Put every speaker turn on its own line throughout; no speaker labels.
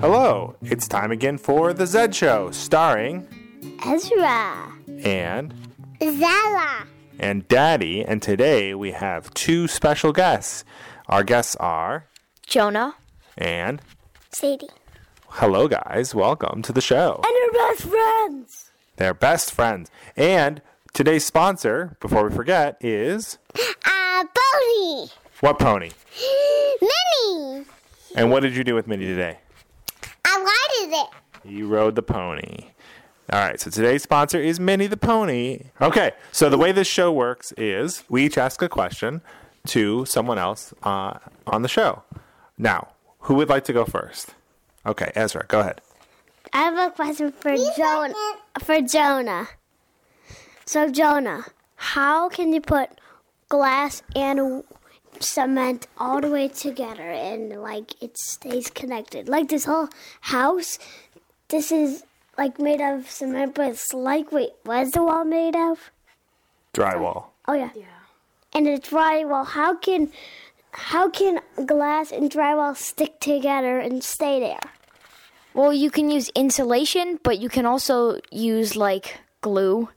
Hello, it's time again for The Zed Show, starring
Ezra,
Anne
Zella,
and Daddy. And today we have two special guests. Our guests are
Jonah.
and
Sadie,
hello, guys, welcome to the show.
and her best friends,
They're best friends. And today's sponsor, before we forget, is
uh, Bodhi,
What Pony?
Minnie.
And what did you do with Minnie today?
I lighted it.
You rode the pony. All right, so today's sponsor is Minnie the Pony. Okay, so the way this show works is we each ask a question to someone else uh, on the show. Now, who would like to go first? Okay, Ezra, go ahead.
I have a question for Jonah. For Jonah. So Jonah, how can you put glass and w- cement all the way together and like it stays connected? Like this whole house, this is like made of cement, but it's like wait, what is the wall made of?
Drywall.
Oh yeah. Yeah. And it's drywall. How can how can glass and drywall stick together and stay there?
Well, you can use insulation, but you can also use like glue.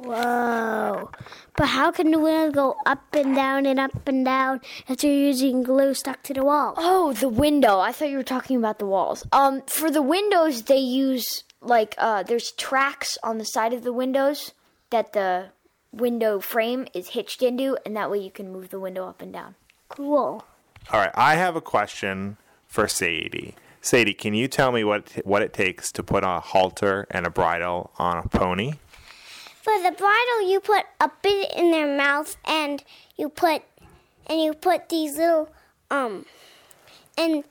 Whoa. But how can the wheel go up and down and up and down if you're using glue stuck to the wall?
Oh, the window. I thought you were talking about the walls. Um, for the windows, they use like uh, there's tracks on the side of the windows that the window frame is hitched into, and that way you can move the window up and down.
Cool.
All right, I have a question for Sadie. Sadie, can you tell me what what it takes to put a halter and a bridle on a pony?
For the bridle, you put a bit in their mouth and you put and you put these little um and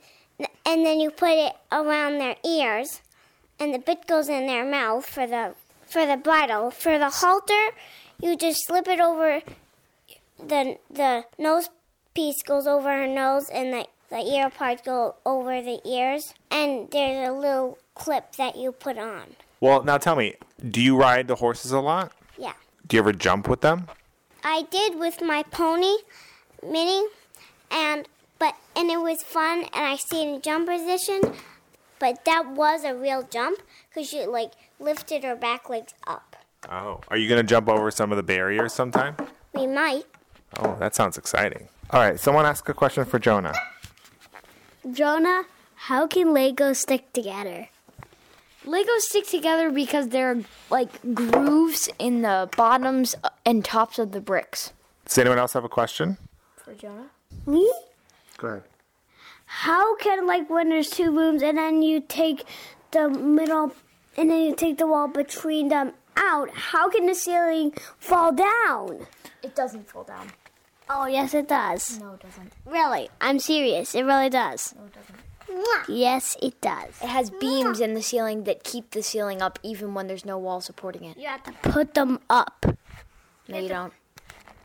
and then you put it around their ears and the bit goes in their mouth for the for the bridle. For the halter, you just slip it over the the nose piece goes over her nose and the the ear part go over the ears and there's a little clip that you put on.
Well, now tell me, do you ride the horses a lot?
Yeah.
Do you ever jump with them?
I did with my pony, Minnie, and but and it was fun, and I stayed in jump position, but that was a real jump because she like lifted her back legs up.
Oh, are you going to jump over some of the barriers sometime?
We might.
Oh, that sounds exciting. All right, someone ask a question for Jonah.
Jonah, how can Legos stick together?
Legos stick together because there are like grooves in the bottoms and tops of the bricks.
Does anyone else have a question?
For Jonah?
Me?
Go ahead.
How can like when there's two rooms and then you take the middle and then you take the wall between them out? How can the ceiling fall down?
It doesn't fall down.
Oh yes, it does.
No, it doesn't.
Really, I'm serious. It really does. Yes, it does.
It has beams in the ceiling that keep the ceiling up even when there's no wall supporting it.
You have to put them up.
No, you don't.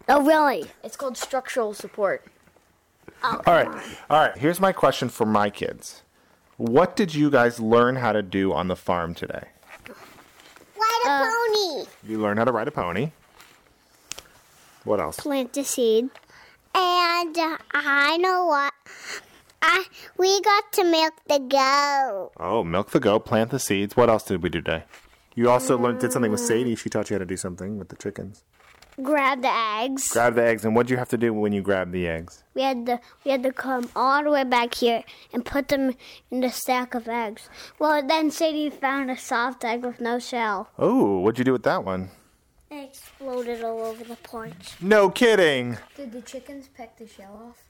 Oh, really?
It's called structural support.
All right. All right, here's my question for my kids. What did you guys learn how to do on the farm today?
Ride a pony.
You learned how to ride a pony. What else?
Plant a seed. And uh, I know what. I we got to milk the goat.
Oh, milk the goat, plant the seeds. What else did we do today? You also learned did something with Sadie. She taught you how to do something with the chickens.
Grab the eggs.
Grab the eggs, and what do you have to do when you grab the eggs?
We had to we had to come all the way back here and put them in the stack of eggs. Well, then Sadie found a soft egg with no shell.
Oh, what'd you do with that one?
It exploded all over the porch.
No kidding.
Did the chickens peck the shell off?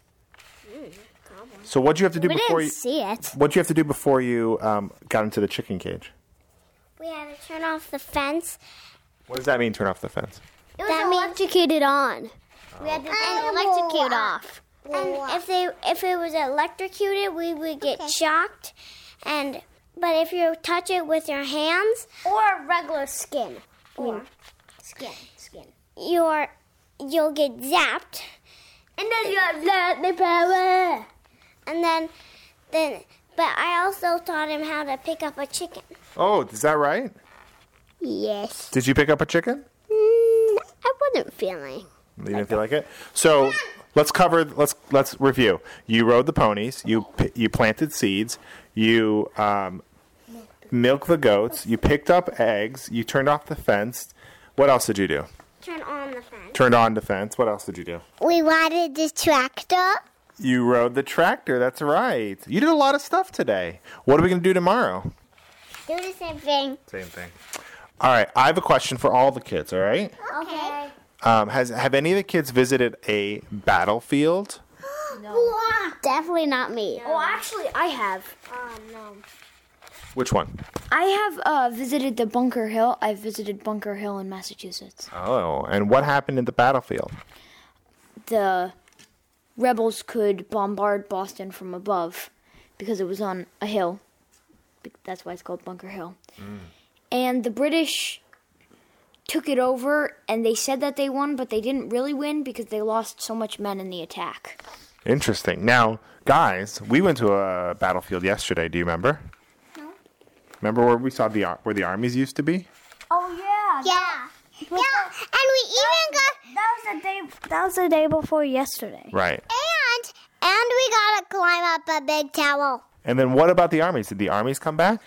So what do you have to do
We
before
didn't
you?
see it.
What you have to do before you um, got into the chicken cage?
We had to turn off the fence
What does that mean? Turn off the fence.
that electrocuted on. We had to and electrocute off. And if they if it was electrocuted, we would get shocked. And but if you touch it with your hands or regular skin or skin skin, your you'll get zapped. And then you have the power. And then then but I also taught him how to pick up a chicken.
Oh, is that right?
Yes.
Did you pick up a chicken?
Mm, I wasn't feeling.
You didn't feel like it. So let's cover. Let's let's review. You rode the ponies. You p- you planted seeds. You um, milked the goats. You picked up eggs. You turned off the fence. What else did you do?
Turn on the fan.
Turned on the fence. What else did you do?
We wanted the tractor.
You rode the tractor. That's right. You did a lot of stuff today. What are we gonna do tomorrow?
Do the same thing.
Same thing. All right. I have a question for all the kids. All right.
Okay.
Um, has have any of the kids visited a battlefield?
Definitely not me.
Oh, actually, I have.
Oh, no.
Which one?
I have uh, visited the Bunker Hill. I visited Bunker Hill in Massachusetts.
Oh, and what happened in the battlefield?
The rebels could bombard Boston from above because it was on a hill. Be- That's why it's called Bunker Hill. And the British took it over, and they said that they won, but they didn't really win because they lost so much men in the attack.
Interesting. Now, guys, we went to a battlefield yesterday. Do you remember?
No.
Remember where we saw the ar- where the armies used to be?
Oh yeah.
Yeah. Yeah, and we even got
That was the day. That was the day before yesterday.
Right.
and and we gotta climb up a big tower.
And then what about the armies? Did the armies come back?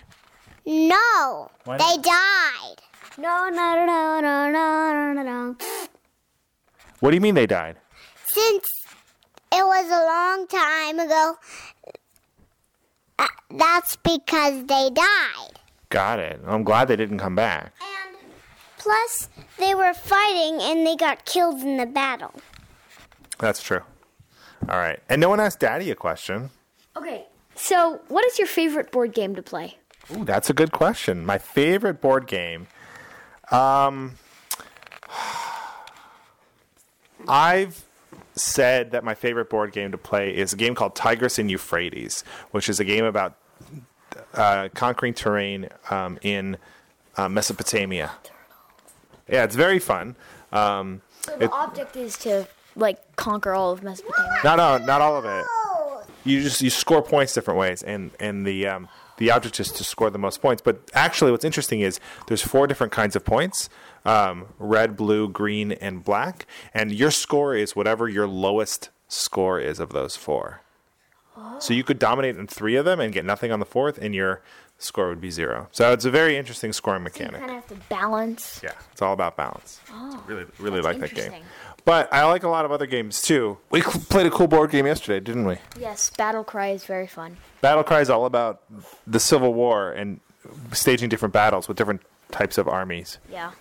No,
Why
they died.
No, no, no, no, no, no, no, no.
What do you mean they died?
Since it was a long time ago, uh, that's because they died.
Got it. I'm glad they didn't come back.
And plus, they were fighting and they got killed in the battle.
That's true. All right. And no one asked Daddy a question.
Okay, so what is your favorite board game to play?
Ooh, that's a good question. My favorite board game. Um, I've said that my favorite board game to play is a game called Tigris and Euphrates, which is a game about uh, conquering terrain um, in uh, Mesopotamia. Yeah, it's very fun. Um,
So the object is to like conquer all of Mesopotamia.
not all, not all of it.
Oh,
you just you score points different ways, and and the um, the object is to score the most points. But actually, what's interesting is there's four different kinds of points: um, red, blue, green, and black. And your score is whatever your lowest score is of those four. So you could dominate in three of them and get nothing on the fourth, and your score would be zero. So it's a very interesting scoring mechanic.
Kind of have to balance.
Yeah, it's all about balance. really, really like that game.
interesting.
But I like a lot of other games too. We cl- played a cool board game yesterday, didn't we?
Yes, Battle Cry is very fun.
Battle Cry is all about the Civil War and staging different battles with different types of armies.
Yeah.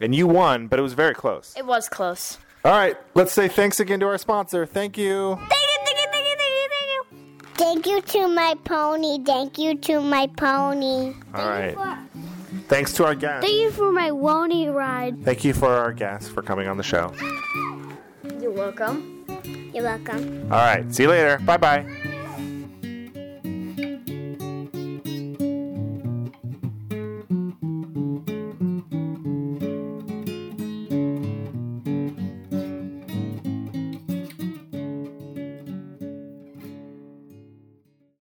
And you won, but it was very close.
It was close.
All right, let's say thanks again to our sponsor. Thank you.
Thank you to my pony. Thank you to my pony.
All right. Thanks to our guest.
Thank you for my Wony ride.
Thank you for our guest for coming on the show.
You're welcome.
You're welcome.
All right, see you later. Bye bye.